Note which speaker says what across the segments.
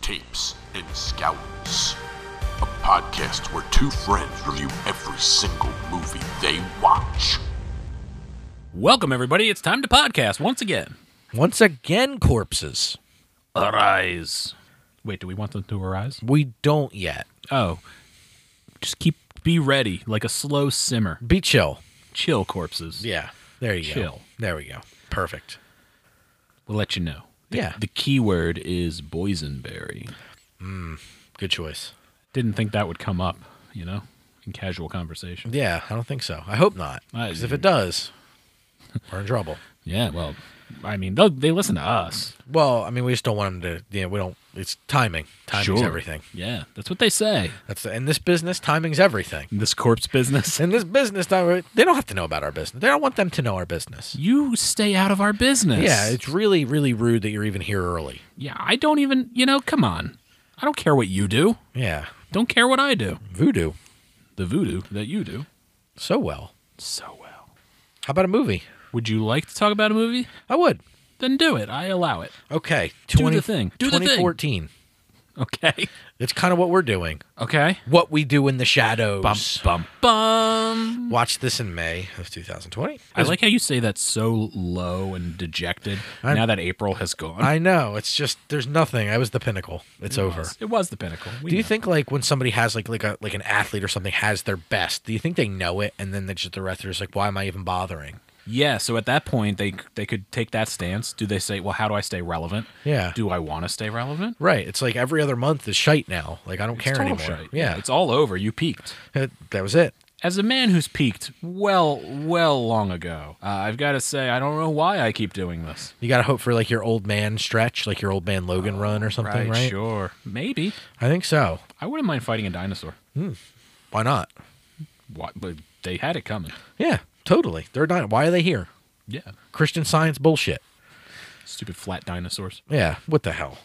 Speaker 1: Tapes, and Scouts. A podcast where two friends review every single movie they watch.
Speaker 2: Welcome, everybody. It's time to podcast once again.
Speaker 3: Once again, corpses.
Speaker 2: Arise. Wait, do we want them to arise?
Speaker 3: We don't yet.
Speaker 2: Oh. Just keep, be ready, like a slow simmer.
Speaker 3: Be chill.
Speaker 2: Chill, corpses.
Speaker 3: Yeah. There you go.
Speaker 2: Chill.
Speaker 3: There we go. Perfect.
Speaker 2: We'll let you know. The,
Speaker 3: Yeah.
Speaker 2: The key word is boysenberry.
Speaker 3: Good choice.
Speaker 2: Didn't think that would come up, you know, in casual conversation.
Speaker 3: Yeah, I don't think so. I hope not.
Speaker 2: I-
Speaker 3: 'Cause if it does, we're in trouble.
Speaker 2: Yeah, well, I mean, they'll- they listen to us.
Speaker 3: Well, I mean, we just don't want them to. Yeah, we don't. It's timing. Timing's
Speaker 2: Sure.
Speaker 3: everything.
Speaker 2: Yeah, that's what they say.
Speaker 3: That's in this business. Timing's everything.
Speaker 2: This corpse business.
Speaker 3: In this business, time- they don't have to know about our business. They don't want them to know our business.
Speaker 2: You stay out of our business.
Speaker 3: Yeah, it's really, really rude that you're even here early.
Speaker 2: Yeah, I don't even, you know, come on. I don't care what you do.
Speaker 3: Yeah,
Speaker 2: Don't care what I do.
Speaker 3: voodoo.
Speaker 2: The voodoo that you do
Speaker 3: So well.
Speaker 2: so well.
Speaker 3: How about a movie?
Speaker 2: Would you like to talk about a movie?
Speaker 3: I would.
Speaker 2: Then do it. I allow it.
Speaker 3: Okay.
Speaker 2: Do the thing. Do the thing.
Speaker 3: 2014.
Speaker 2: Okay.
Speaker 3: It's kind of what we're doing.
Speaker 2: Okay.
Speaker 3: What we do in the shadows.
Speaker 2: Bum bum bum.
Speaker 3: Watch this in May of 2020.
Speaker 2: I like how you say that so low and dejected.
Speaker 3: I'm-
Speaker 2: now that April has gone,
Speaker 3: I know. It's just there's nothing. I was the pinnacle. It's over.
Speaker 2: It was the pinnacle. We
Speaker 3: Do you
Speaker 2: know.
Speaker 3: think like when somebody has like like a like an athlete or something has their best? Do you think they know it and then they just the rest is like, why am I even bothering?
Speaker 2: Yeah. So at that point, they they could take that stance. Do they say, well, how do I stay relevant?
Speaker 3: Yeah.
Speaker 2: Do I want to stay relevant?
Speaker 3: Right. It's like every other month is shite now. Like I don't care
Speaker 2: It's total
Speaker 3: anymore.
Speaker 2: shite.
Speaker 3: Yeah.
Speaker 2: It's all over. You peaked.
Speaker 3: It- that was it.
Speaker 2: As a man who's peaked well, well long ago, uh, I've got to say I don't know why I keep doing this.
Speaker 3: You gotta hope for like your old man stretch, like your old man Logan run or something, right?
Speaker 2: Sure. Maybe.
Speaker 3: I think so.
Speaker 2: I wouldn't mind fighting a dinosaur.
Speaker 3: Why not?
Speaker 2: What? But they had it coming.
Speaker 3: Yeah, totally. They're not. Why are they here?
Speaker 2: Yeah.
Speaker 3: Christian science bullshit.
Speaker 2: Stupid flat dinosaurs.
Speaker 3: Yeah, what the hell?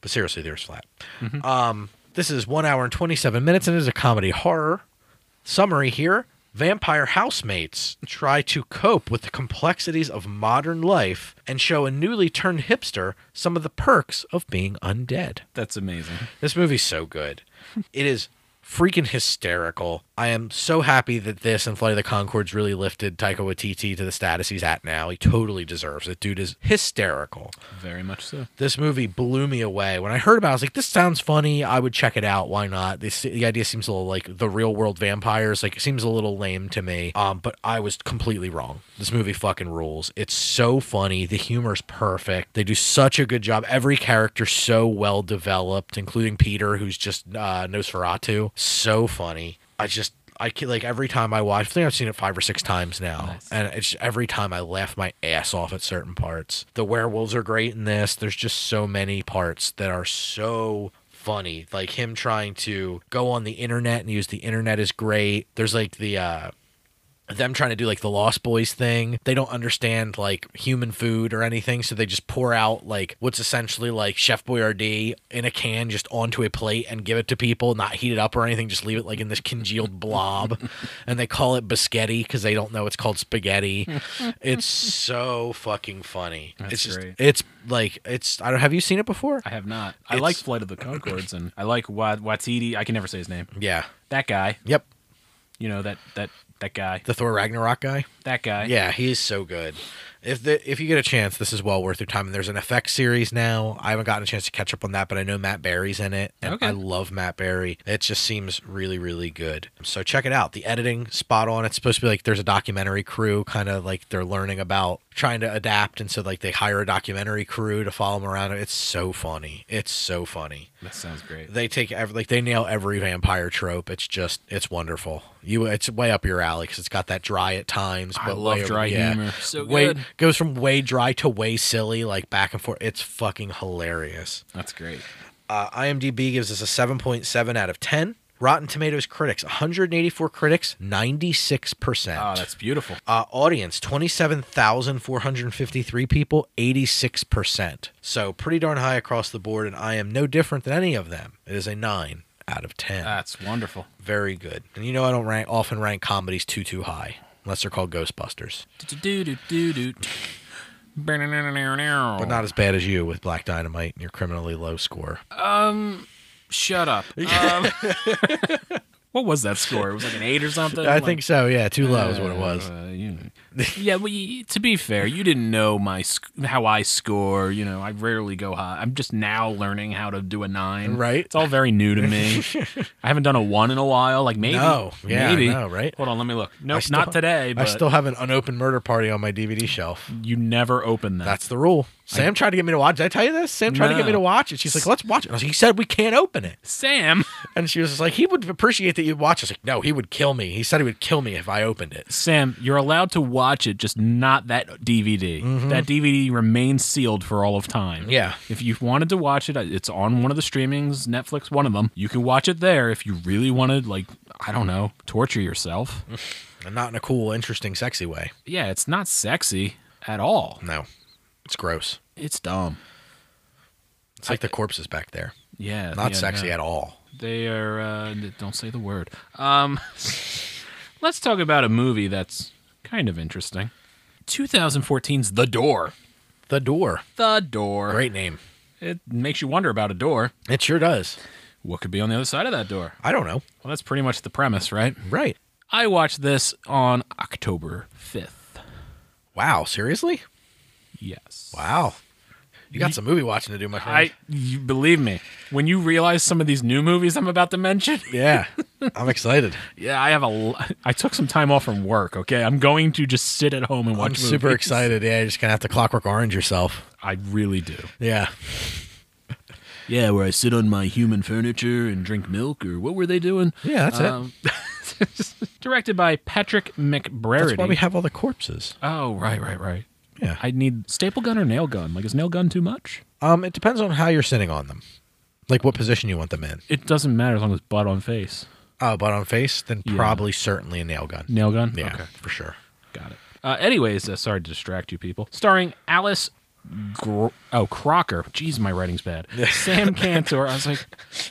Speaker 3: But seriously, there's flat. Um, this is one hour and 27 minutes, and it is a comedy horror. Summary here Vampire housemates try to cope with the complexities of modern life and show a newly turned hipster some of the perks of being undead.
Speaker 2: That's amazing.
Speaker 3: This movie's so good. It is freaking hysterical. I am so happy that this and Flight of the Concords really lifted Taika Waititi to the status he's at now. He totally deserves it. Dude is hysterical.
Speaker 2: Very much so.
Speaker 3: This movie blew me away. When I heard about it, I was like, this sounds funny. I would check it out. Why not? This, the idea seems a little like the real world vampires. Like, it seems a little lame to me. Um, but I was completely wrong. This movie fucking rules. It's so funny. The humor's perfect. They do such a good job. Every character so well developed, including Peter, who's just uh, Nosferatu. So funny. I just. I ca- like every time I watch. I think I've seen it five or six times now,
Speaker 2: Nice.
Speaker 3: and it's every time I laugh my ass off at certain parts. The werewolves are great in this. There's just so many parts that are so funny. Like him trying to go on the internet and use the internet is great. There's like the uh them trying to do like the Lost Boys thing. They don't understand like human food or anything, so they just pour out like what's essentially like Chef Boyardee in a can just onto a plate and give it to people, not heat it up or anything, just leave it like in this congealed blob. and they call it biscotti because they don't know it's called spaghetti. it's so fucking funny.
Speaker 2: That's
Speaker 3: it's just
Speaker 2: great.
Speaker 3: it's like it's I don't have you seen it before?
Speaker 2: I have not. I
Speaker 3: It's-
Speaker 2: like Flight of the Concords and I like Wa- Watiti. I can never say his name.
Speaker 3: Yeah.
Speaker 2: That guy.
Speaker 3: Yep.
Speaker 2: You know that that that guy.
Speaker 3: The Thor Ragnarok guy.
Speaker 2: That guy.
Speaker 3: Yeah, he is so good. If the, if you get a chance, this is well worth your time. And there's an effects series now. I haven't gotten a chance to catch up on that, but I know Matt Barry's in it, and
Speaker 2: Okay.
Speaker 3: I love Matt Barry. It just seems really, really good. So check it out. The editing spot on. It's supposed to be like there's a documentary crew, kind of like they're learning about trying to adapt, and so like they hire a documentary crew to follow them around. It's so funny. It's so funny.
Speaker 2: That sounds great.
Speaker 3: They take every, like they nail every vampire trope. It's just it's wonderful. You it's way up your alley because it's got that dry at times.
Speaker 2: I
Speaker 3: but
Speaker 2: love
Speaker 3: way over-
Speaker 2: dry
Speaker 3: yeah.
Speaker 2: humor. So
Speaker 3: way
Speaker 2: good.
Speaker 3: goes from way dry to way silly, like back and forth. It's fucking hilarious.
Speaker 2: That's great.
Speaker 3: Uh, IMDb gives us a seven point seven out of ten. Rotten Tomatoes critics, 184 critics, 96%.
Speaker 2: Oh, that's beautiful.
Speaker 3: Uh, audience 27,453 people, 86%. So pretty darn high across the board, and I am no different than any of them. It is a 9 out of 10.
Speaker 2: That's wonderful.
Speaker 3: Very good. And you know, I don't rank, often rank comedies too, too high, unless they're called Ghostbusters.
Speaker 2: Do-do-do-do-do. But Oh.
Speaker 3: But not as bad as you with Black Dynamite and your criminally low score.
Speaker 2: Shut up. Um, what was that score? It was like an eight or something.
Speaker 3: I
Speaker 2: Like-
Speaker 3: think so. Yeah, too low is what it was.
Speaker 2: Uh, you know. yeah, well, you, to be fair, you didn't know my sc- how I score. You know, I rarely go high. I'm just now learning how to do a nine.
Speaker 3: Right.
Speaker 2: It's all very new to me. I haven't done a one in a while. Like maybe.
Speaker 3: No. Yeah, I
Speaker 2: Maybe.
Speaker 3: know, right?
Speaker 2: Hold on, let me look. No,
Speaker 3: I still-
Speaker 2: not today. But Mm.
Speaker 3: I still have an unopened murder party on my DVD shelf.
Speaker 2: you never open that.
Speaker 3: That's the rule. Sam tried to get me to watch. Did I tell you this? Sam tried to get me
Speaker 2: No.
Speaker 3: to watch it. She's like, "Let's watch it." I was like, "He said we can't open it,"
Speaker 2: Sam.
Speaker 3: and she was just like, "He would appreciate that you watch." it." I was like, "No, he would kill me. He said he would kill me if I opened it."
Speaker 2: Sam, you're allowed to watch it, just not that DVD. That DVD remains sealed for all of time.
Speaker 3: Yeah.
Speaker 2: If you wanted to watch it, it's on one of the streamings, Netflix, one of them. You can watch it there if you really wanted, like, I don't know, torture yourself.
Speaker 3: And not in a cool, interesting, sexy way.
Speaker 2: yeah, it's not sexy at all.
Speaker 3: No, it's gross.
Speaker 2: It's dumb.
Speaker 3: It's like the corpses back there.
Speaker 2: Yeah.
Speaker 3: Not
Speaker 2: yeah,
Speaker 3: sexy
Speaker 2: no.
Speaker 3: at all.
Speaker 2: They are, uh, n- don't say the word. Um, let's talk about a movie that's kind of interesting 2014's The Door.
Speaker 3: The door.
Speaker 2: The Door.
Speaker 3: Great name.
Speaker 2: It makes you wonder about a door.
Speaker 3: It sure does.
Speaker 2: What could be on the other side of that door?
Speaker 3: I don't know.
Speaker 2: Well, that's pretty much the premise, right?
Speaker 3: Right.
Speaker 2: I watched this on October 5th.
Speaker 3: Wow. Seriously?
Speaker 2: Yes.
Speaker 3: Wow. You got some movie watching to do, my friend.
Speaker 2: I you, believe me, when you realize some of these new movies I'm about to mention,
Speaker 3: yeah. I'm excited.
Speaker 2: yeah, I have a l- I took some time off from work, okay? I'm going to just sit at home and watch
Speaker 3: I'm super
Speaker 2: movies.
Speaker 3: excited. Yeah, you're just gonna have to clockwork orange yourself.
Speaker 2: I really do.
Speaker 3: Yeah.
Speaker 2: Yeah, where I sit on my human furniture and drink milk or what were they doing?
Speaker 3: Yeah, that's
Speaker 2: Um,
Speaker 3: it.
Speaker 2: Directed by Patrick McBrady.
Speaker 3: That's why we have all the corpses.
Speaker 2: oh, right, right, right.
Speaker 3: Yeah.
Speaker 2: I need staple gun or nail gun. Like, is nail gun too much?
Speaker 3: um, it depends on how you're sitting on them, like what position you want them in.
Speaker 2: It doesn't matter as long as it's butt on face.
Speaker 3: Oh, but on face, then
Speaker 2: Yeah.
Speaker 3: probably certainly a nail gun.
Speaker 2: Nail gun?
Speaker 3: Yeah,
Speaker 2: Okay.
Speaker 3: for sure.
Speaker 2: Got it. Uh, anyways, uh, sorry to distract you people. Starring Alice Gro- oh, Crocker. Jeez, my writing's bad. Sam Cantor. I was like,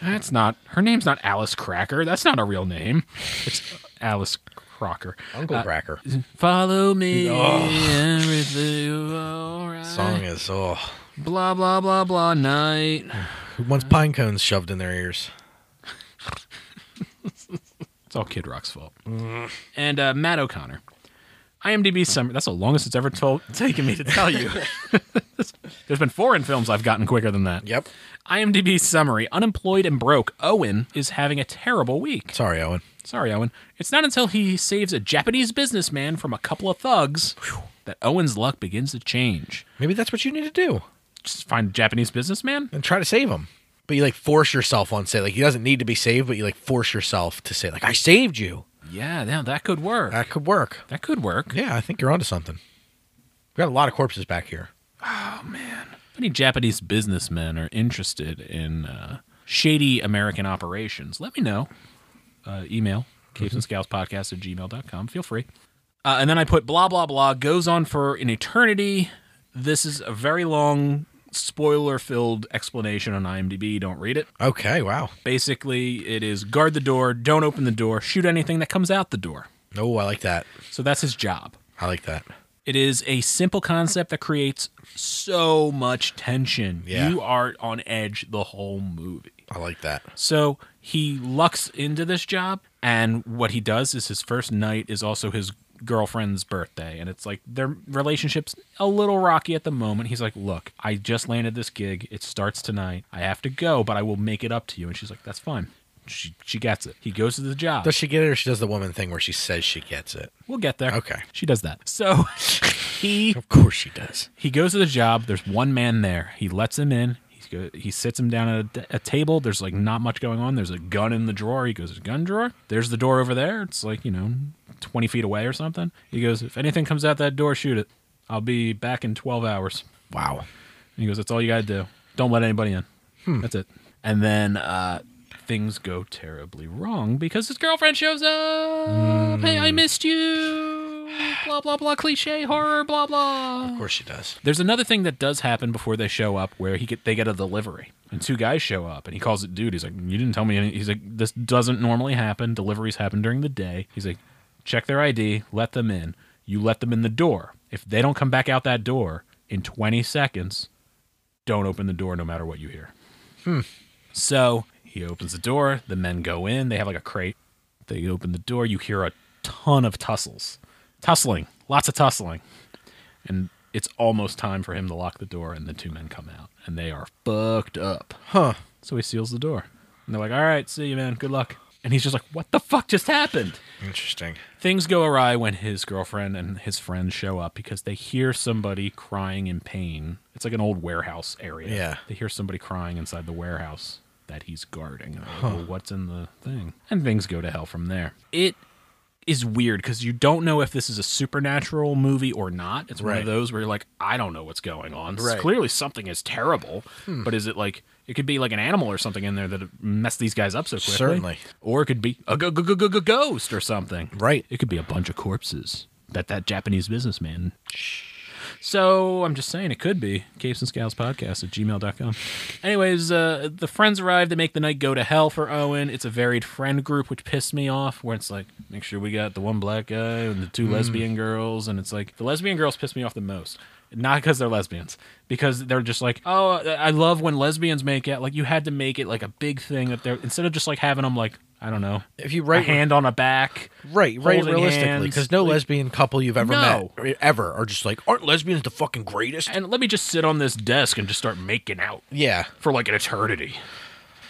Speaker 2: that's not, her name's not Alice Cracker. That's not a real name. It's Alice Crocker.
Speaker 3: Uncle
Speaker 2: Uh,
Speaker 3: Cracker
Speaker 2: Follow me.
Speaker 3: Oh.
Speaker 2: Everything all right.
Speaker 3: song is oh,
Speaker 2: Blah, blah, blah, blah, night.
Speaker 3: who wants pine cones shoved in their ears?
Speaker 2: It's all Kid Rock's fault. And uh, Matt O'Connor. IMDb summary. That's the longest it's ever told, taken me to tell you. There's been foreign films I've gotten quicker than that.
Speaker 3: Yep.
Speaker 2: IMDb summary. Unemployed and broke, Owen is having a terrible week.
Speaker 3: Sorry, Owen.
Speaker 2: Sorry, Owen. It's not until he saves a Japanese businessman from a couple of thugs that Owen's luck begins to change.
Speaker 3: Maybe that's what you need to do
Speaker 2: Just find a Japanese businessman?
Speaker 3: and try to save him. But you like force yourself on say like he doesn't need to be saved, but you like force yourself to say like I saved you.
Speaker 2: Yeah, yeah, that could work.
Speaker 3: That could work.
Speaker 2: that could work.
Speaker 3: Yeah, I think you're onto something. We got a lot of corpses back here.
Speaker 2: Any Japanese businessmen are interested in uh, shady American operations, let me know. Uh, email capes and scouts podcast at gmail.com. Feel free. Uh, and then I put blah, blah, blah, goes on for an eternity. This is a very long, spoiler filled explanation on IMDb. Don't read it.
Speaker 3: Okay, wow.
Speaker 2: Basically, it is guard the door, don't open the door, shoot anything that comes out the door.
Speaker 3: Oh, I like that.
Speaker 2: So that's his job.
Speaker 3: I like that.
Speaker 2: It is a simple concept that creates so much tension.
Speaker 3: Yeah.
Speaker 2: You are on edge the whole movie.
Speaker 3: I like that.
Speaker 2: So he lucks into this job, and what he does is his first night is also his girlfriend's birthday, and it's like their relationship's a little rocky at the moment. He's like, "Look, I just landed this gig. It starts tonight. I have to go, but I will make it up to you." And she's like, "That's fine." She she gets it. He goes to the job.
Speaker 3: Does she get it or she does the woman thing where she says she gets it?
Speaker 2: We'll get there.
Speaker 3: Okay.
Speaker 2: She does that. So he
Speaker 3: Of course she does.
Speaker 2: He goes to the job. There's one man there. He lets him in. He go, he sits him down at a, a table. There's like not much going on. There's a gun in the drawer. He goes, "Gun drawer." There's the door over there. It's like you know, twenty feet away or something. He goes, "If anything comes out that door, shoot it. I'll be back in twelve hours."
Speaker 3: Wow.
Speaker 2: And he goes, "That's all you gotta do. Don't let anybody in. That's it." And then uh, things go terribly wrong because his girlfriend shows up. Hey, I missed you. Blah blah blah. Cliche horror. Blah blah.
Speaker 3: Of course she does.
Speaker 2: There's another thing that does happen before they show up where he get they get a delivery and two guys show up and he calls it dude. He's like, You didn't tell me any he's like, This doesn't normally happen. Deliveries happen during the day. He's like, check their ID, let them in. You let them in the door. If they don't come back out that door, in 20 seconds, don't open the door no matter what you hear. So he opens the door. The men go in. They have like a crate. They open the door. You hear a ton of tussles, tussling, lots of tussling. And it's almost time for him to lock the door. And the two men come out and they are fucked up.
Speaker 3: Huh.
Speaker 2: So he seals the door. And they're like, all right, see you, man. Good luck. And he's just like, what the fuck just happened?
Speaker 3: Interesting.
Speaker 2: Things go awry when his girlfriend and his friends show up because they hear somebody crying in pain. It's like an old warehouse area.
Speaker 3: Yeah.
Speaker 2: They hear somebody crying inside the warehouse that he's guarding. And they're like, well, what's in the thing? And things go to hell from there. It is weird because you don't know if this is a supernatural movie or not. It's one
Speaker 3: Right.
Speaker 2: of those where you're like, I don't know what's going on.
Speaker 3: Right. Hmm.
Speaker 2: Clearly, something is terrible. But is it like it could be like an animal or something in there that messed these guys up so quickly?
Speaker 3: Certainly.
Speaker 2: Or it could be a go go go go go ghost or something.
Speaker 3: Right.
Speaker 2: It could be a bunch of corpses that that Japanese businessman. So I'm just saying it could be Capes and Scales podcast at gmail.com. Anyways, uh, the friends arrive. They make the night go to hell for Owen. It's a varied friend group, which pissed me off. Where it's like, make sure we got the one black guy and the two lesbian girls, and it's like the lesbian girls piss me off the most. Not because they're lesbians, because they're just like, oh, I I love when lesbians make out. Like you had to make it like a big thing that they're instead of just like having them like I don't know,
Speaker 3: If you
Speaker 2: right
Speaker 3: write
Speaker 2: hand on a back.
Speaker 3: Right, right,
Speaker 2: holding
Speaker 3: realistically,
Speaker 2: hands.
Speaker 3: because no lesbian couple you've ever
Speaker 2: No.
Speaker 3: met, ever, are just like, aren't lesbians the fucking greatest?
Speaker 2: And let me just sit on this desk and just start making out
Speaker 3: Yeah,
Speaker 2: for like an eternity.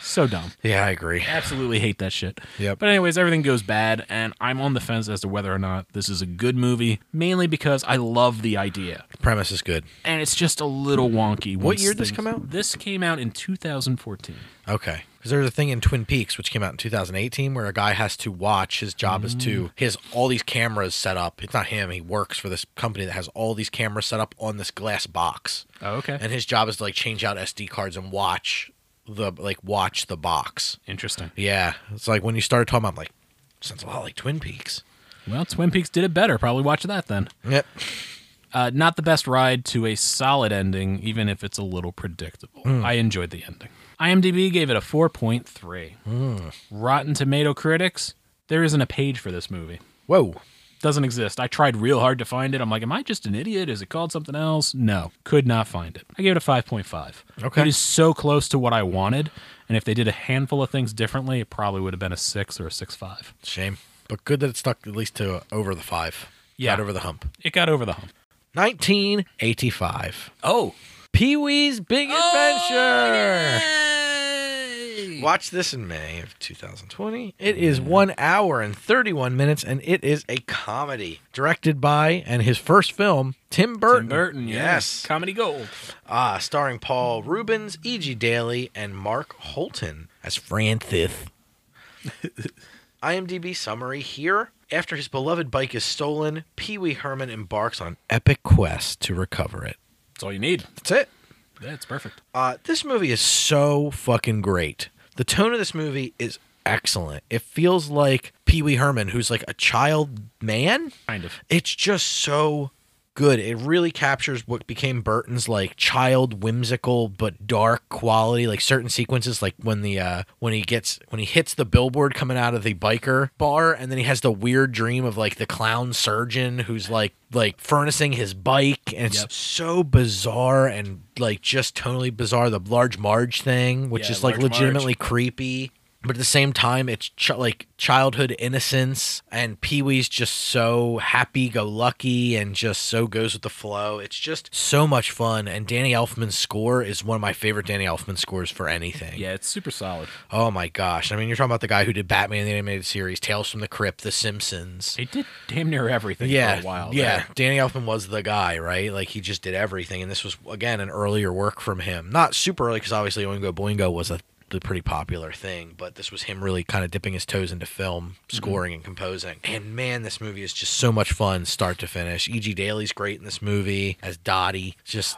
Speaker 2: So dumb.
Speaker 3: yeah, I agree.
Speaker 2: Absolutely hate that shit.
Speaker 3: Yep.
Speaker 2: But anyways, everything goes bad, and I'm on the fence as to whether or not this is a good movie, mainly because I love the idea,
Speaker 3: Premise is good.
Speaker 2: and it's just a little wonky. once
Speaker 3: year did this come out?
Speaker 2: This came out in 2014.
Speaker 3: Okay, because there's a thing in Twin Peaks which came out in 2018 where a guy has to watch. His job is to he has all these cameras set up. It's not him. He works for this company that has all these cameras set up on this glass box,
Speaker 2: Oh, okay.
Speaker 3: and his job is to like change out SD cards and watch the like watch the box.
Speaker 2: Interesting.
Speaker 3: Yeah, it's like when you started talking about, I'm like, sounds a lot like Twin Peaks.
Speaker 2: Well, Twin Peaks did it better. Probably watch that then.
Speaker 3: Yep.
Speaker 2: Uh, not the best ride to a solid ending, even if it's a little predictable. I enjoyed the ending. IMDb gave it a 4.3. Rotten Tomato critics, there isn't a page for this movie.
Speaker 3: Whoa.
Speaker 2: Doesn't exist. I tried real hard to find it. I'm like, am I just an idiot? Is it called something else? No, could not find it. I gave it a 5.5.
Speaker 3: Okay.
Speaker 2: It is so close to what I wanted. And if they did a handful of things differently, it probably would have been a 6 or a 6.5.
Speaker 3: Shame. But good that it stuck at least to over the five.
Speaker 2: Yeah.
Speaker 3: Got over the hump.
Speaker 2: It got over the hump.
Speaker 3: 1985.
Speaker 2: Oh.
Speaker 3: Pee Wee's Big Adventure. Watch this in May of 2020.
Speaker 2: Mm.
Speaker 3: It is one hour and 31 minutes, and it is a comedy directed by and his first film, Tim Burton.
Speaker 2: Tim Burton, yes.
Speaker 3: yes.
Speaker 2: Comedy gold.
Speaker 3: Ah, starring Paul Rubens, E.G. Daly, and Mark Holton as Francis. IMDb summary here. After his beloved bike is stolen, Pee Wee Herman embarks on epic quest to recover it.
Speaker 2: That's all you need.
Speaker 3: That's it.
Speaker 2: Yeah, it's perfect.
Speaker 3: Uh, this movie is so fucking great. The tone of this movie is excellent. It feels like Pee Wee Herman, who's like a child man.
Speaker 2: Kind of.
Speaker 3: It's just so good. It really captures what became Burton's like child whimsical but dark quality. Like certain sequences, like when the uh when he gets when he hits the billboard coming out of the biker bar, and then he has the weird dream of like the clown surgeon who's like like furnishing his bike, and it's
Speaker 2: Yep.
Speaker 3: so bizarre and like just totally bizarre. The large Marge thing, which
Speaker 2: Yeah,
Speaker 3: is like
Speaker 2: Large Marge.
Speaker 3: legitimately creepy. But at the same time, it's ch- like childhood innocence, and Pee Wee's just so happy go lucky and just so goes with the flow. It's just so much fun. And Danny Elfman's score is one of my favorite Danny Elfman scores for anything.
Speaker 2: Yeah, it's super solid.
Speaker 3: Oh my gosh. I mean, you're talking about the guy who did Batman the Animated Series, Tales from the Crypt, The Simpsons.
Speaker 2: It did damn near everything
Speaker 3: Yeah.
Speaker 2: for a while.
Speaker 3: yeah.
Speaker 2: there.
Speaker 3: Danny Elfman was the guy, right? Like he just did everything. And this was, again, an earlier work from him. Not super early because obviously Oingo Boingo was a the pretty popular thing, but this was him really kind of dipping his toes into film,
Speaker 2: Mm-hmm.
Speaker 3: scoring and composing. And man, this movie is just so much fun, start to finish. E.G. Daly's great in this movie as Dottie.
Speaker 2: Oh,
Speaker 3: Just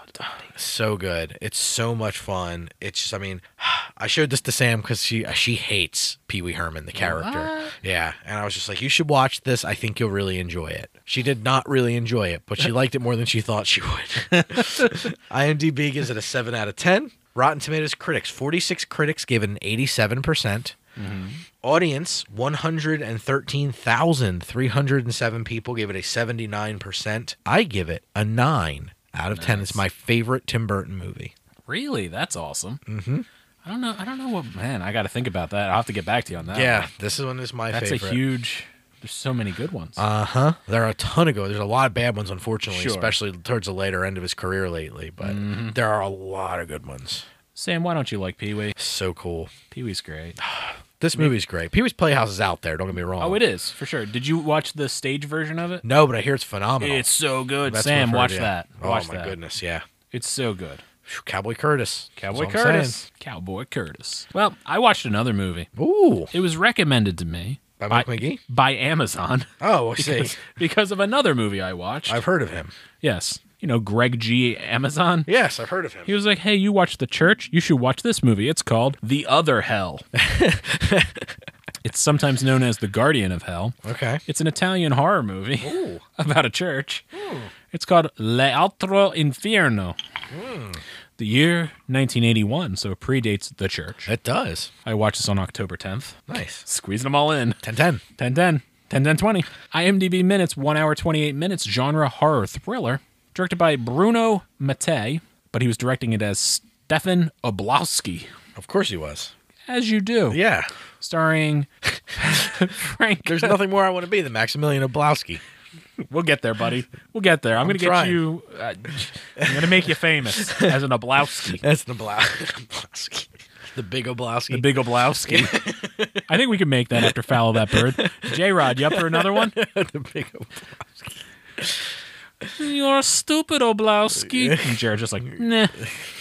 Speaker 3: so good. It's so much fun. It's just, I mean, I showed this to Sam because she uh, she hates Pee Wee Herman, the character. Yeah, and I was just like, you should watch this. I think you'll really enjoy it. She did not really enjoy it, but she liked it more than she thought she would. IMDb gives it a seven out of ten. Rotten Tomatoes critics, forty six critics gave it an eighty seven percent. Audience, one hundred and thirteen thousand three hundred and seven people gave it a seventy nine percent. I give it a nine Out of ten, it's my favorite Tim Burton movie.
Speaker 2: Really? That's awesome. Mm-hmm. I don't know. I don't know what. Man, I got to think about that. I'll have to get back to you on that.
Speaker 3: Yeah, this one is my
Speaker 2: Um, That's
Speaker 3: favorite.
Speaker 2: a huge. There's so many good ones.
Speaker 3: Uh huh. There are a ton of good. There's a lot of bad ones, unfortunately,
Speaker 2: Sure. Mm-hmm.
Speaker 3: especially towards the later end of his career lately. But there are a lot of good ones.
Speaker 2: Sam, why don't you like Pee Wee?
Speaker 3: So cool.
Speaker 2: Pee Wee's great.
Speaker 3: Oh. This movie's great. Pee Wee's Playhouse is out there. Don't get me wrong.
Speaker 2: Oh, it is for sure. Did you watch the stage version of it?
Speaker 3: No, but I hear it's phenomenal.
Speaker 2: It's so good.
Speaker 3: That's what I've
Speaker 2: Sam,
Speaker 3: heard,
Speaker 2: watch
Speaker 3: yeah.
Speaker 2: that.
Speaker 3: Oh
Speaker 2: watch
Speaker 3: my
Speaker 2: that.
Speaker 3: goodness, yeah.
Speaker 2: It's so good.
Speaker 3: Phew, Cowboy Curtis. That's
Speaker 2: Cowboy
Speaker 3: all I'm saying.
Speaker 2: Curtis. Cowboy Curtis. Well, I watched another movie.
Speaker 3: Ooh,
Speaker 2: It was recommended to me
Speaker 3: by Mike McGee.
Speaker 2: by Amazon
Speaker 3: Oh, I see.
Speaker 2: because of another movie I watched.
Speaker 3: I've heard of him.
Speaker 2: yes. You know, Greg G. Amazon.
Speaker 3: Yes, I've heard of him.
Speaker 2: He was like, hey, you watch The Church? You should watch this movie. It's called The Other Hell. it's sometimes known as The Guardian of Hell.
Speaker 3: okay.
Speaker 2: It's an Italian horror movie
Speaker 3: Ooh.
Speaker 2: about a church. It's called L'Altro Inferno. The year 1981, so it predates the church.
Speaker 3: It does.
Speaker 2: I watched this on October 10th.
Speaker 3: Nice.
Speaker 2: Squeezing them all in.
Speaker 3: 10 10.
Speaker 2: 10 10. 10 10 20. IMDb minutes, 1 hour 28 minutes, genre horror thriller. Directed by Bruno Mattei, but he was directing it as Stefan Oblowski.
Speaker 3: Of course he was.
Speaker 2: As you do.
Speaker 3: Yeah.
Speaker 2: Starring Frank.
Speaker 3: There's nothing more I want to be than Maximilian Oblowski.
Speaker 2: We'll get there, buddy. We'll get there. I'm, gonna
Speaker 3: trying.
Speaker 2: get you. Uh, I'm gonna make you famous as an Oblowski,
Speaker 3: That's the Obla- Oblowski. The big Oblowski.
Speaker 2: the big Oblowski. I think we can make that after foul that bird. J Rod, you up for another one?
Speaker 3: the big Oblowski.
Speaker 2: You're a stupid Oblowski. And Jared just like, nah.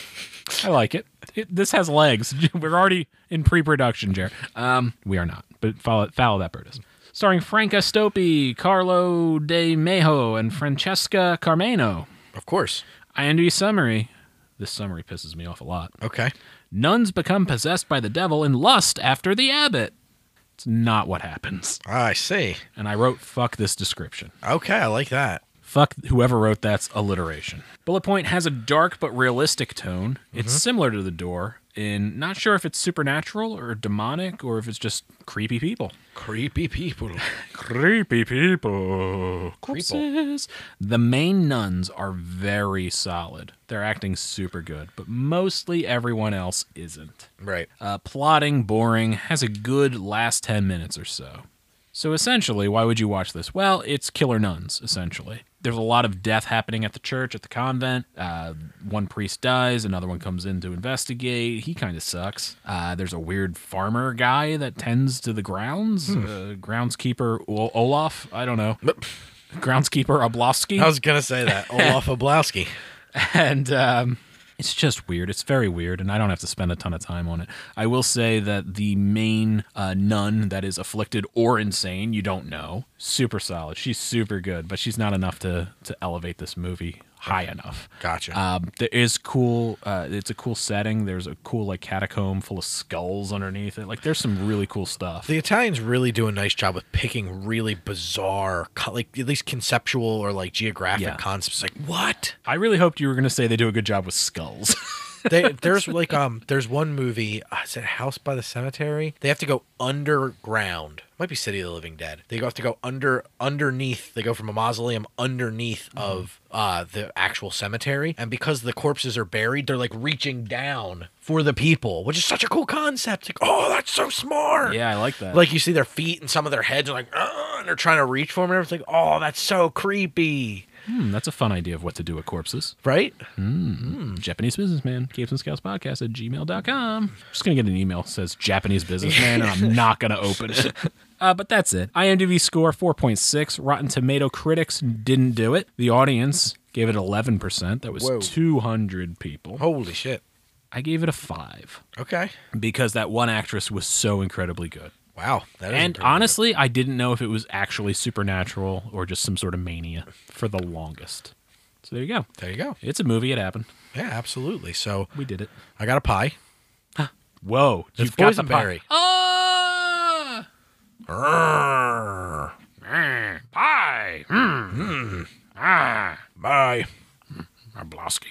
Speaker 2: I like it. it this has legs. We're already in pre-production, Jared. Um, we are not, but foul, foul that bird is. Starring Frank Astopi, Carlo De Mejo, and Francesca Carmeno.
Speaker 3: Of course.
Speaker 2: IMDb summary. This summary pisses me off a lot.
Speaker 3: Okay.
Speaker 2: Nuns become possessed by the devil and lust after the abbot. It's not what happens.
Speaker 3: I see.
Speaker 2: And I wrote, fuck this description.
Speaker 3: Okay, I like that.
Speaker 2: Fuck whoever wrote that's alliteration. Bullet Point has a dark but realistic tone. It's similar to The Door, in not sure if it's supernatural or demonic or if it's just creepy people.
Speaker 3: Creepy people.
Speaker 2: Creepy people. Corpses. The main nuns are very solid. They're acting super good, but mostly everyone else isn't.
Speaker 3: Right.
Speaker 2: Uh, plotting, boring, has a good last 10 minutes or so. So essentially, why would you watch this? Well, it's killer nuns, essentially. There's a lot of death happening at the church, at the convent. Uh, one priest dies, another one comes in to investigate. He kind of sucks. Uh, there's a weird farmer guy that tends to the grounds. Uh, groundskeeper o- Olaf, I don't know. Groundskeeper Oblowski
Speaker 3: I was going to say that. Olaf Oblowski.
Speaker 2: and um, it's just weird. It's very weird, and I don't have to spend a ton of time on it. I will say that the main uh, nun that is afflicted or insane, you don't know, super solid. She's super good, but she's not enough to to elevate this movie high enough.
Speaker 3: Gotcha.
Speaker 2: Um, there is cool. Uh, it's a cool setting. There's a cool like catacomb full of skulls underneath it. Like there's some really cool stuff.
Speaker 3: the Italians really do a nice job of picking really bizarre, co- like at least conceptual or like geographic
Speaker 2: Yeah.
Speaker 3: concepts. Like what?
Speaker 2: I really hoped you were gonna say they do a good job with skulls.
Speaker 3: they, there's like um there's one movie uh, is it House by the Cemetery? They have to go underground. Might be City of the Living Dead. They have to go under underneath. They go from a mausoleum underneath
Speaker 2: Mm-hmm.
Speaker 3: of uh the actual cemetery, and because the corpses are buried, they're like reaching down for the people, which is such a cool concept. Like, oh, that's so smart.
Speaker 2: yeah, I like that.
Speaker 3: Like you see their feet and some of their heads are like, "Ugh," and they're trying to reach for them. And everything. Oh, that's so creepy,
Speaker 2: Hmm, that's a fun idea of what to do with corpses.
Speaker 3: right?
Speaker 2: Mm-hmm. Japanese businessman, Capes and Scouts podcast at gmail.com. Just going to get an email that says Japanese businessman, and I'm not going to open it. Uh, but that's it. IMDb score 4.6. Rotten Tomato critics didn't do it. The audience gave it 11%. That was
Speaker 3: Whoa.
Speaker 2: 200 people.
Speaker 3: Holy shit.
Speaker 2: I gave it a 5
Speaker 3: Okay.
Speaker 2: because that one actress was so incredibly good.
Speaker 3: Wow. That is
Speaker 2: And
Speaker 3: impressive.
Speaker 2: honestly, I didn't know if it was actually supernatural or just some sort of mania for the longest. So there you go.
Speaker 3: There you go.
Speaker 2: It's a movie. It happened.
Speaker 3: Yeah, absolutely. So
Speaker 2: We did it.
Speaker 3: I got a pie.
Speaker 2: Whoa,
Speaker 3: It's boysenberry.
Speaker 2: Oh, pie.
Speaker 3: Bye. Mm.
Speaker 2: Oblowski.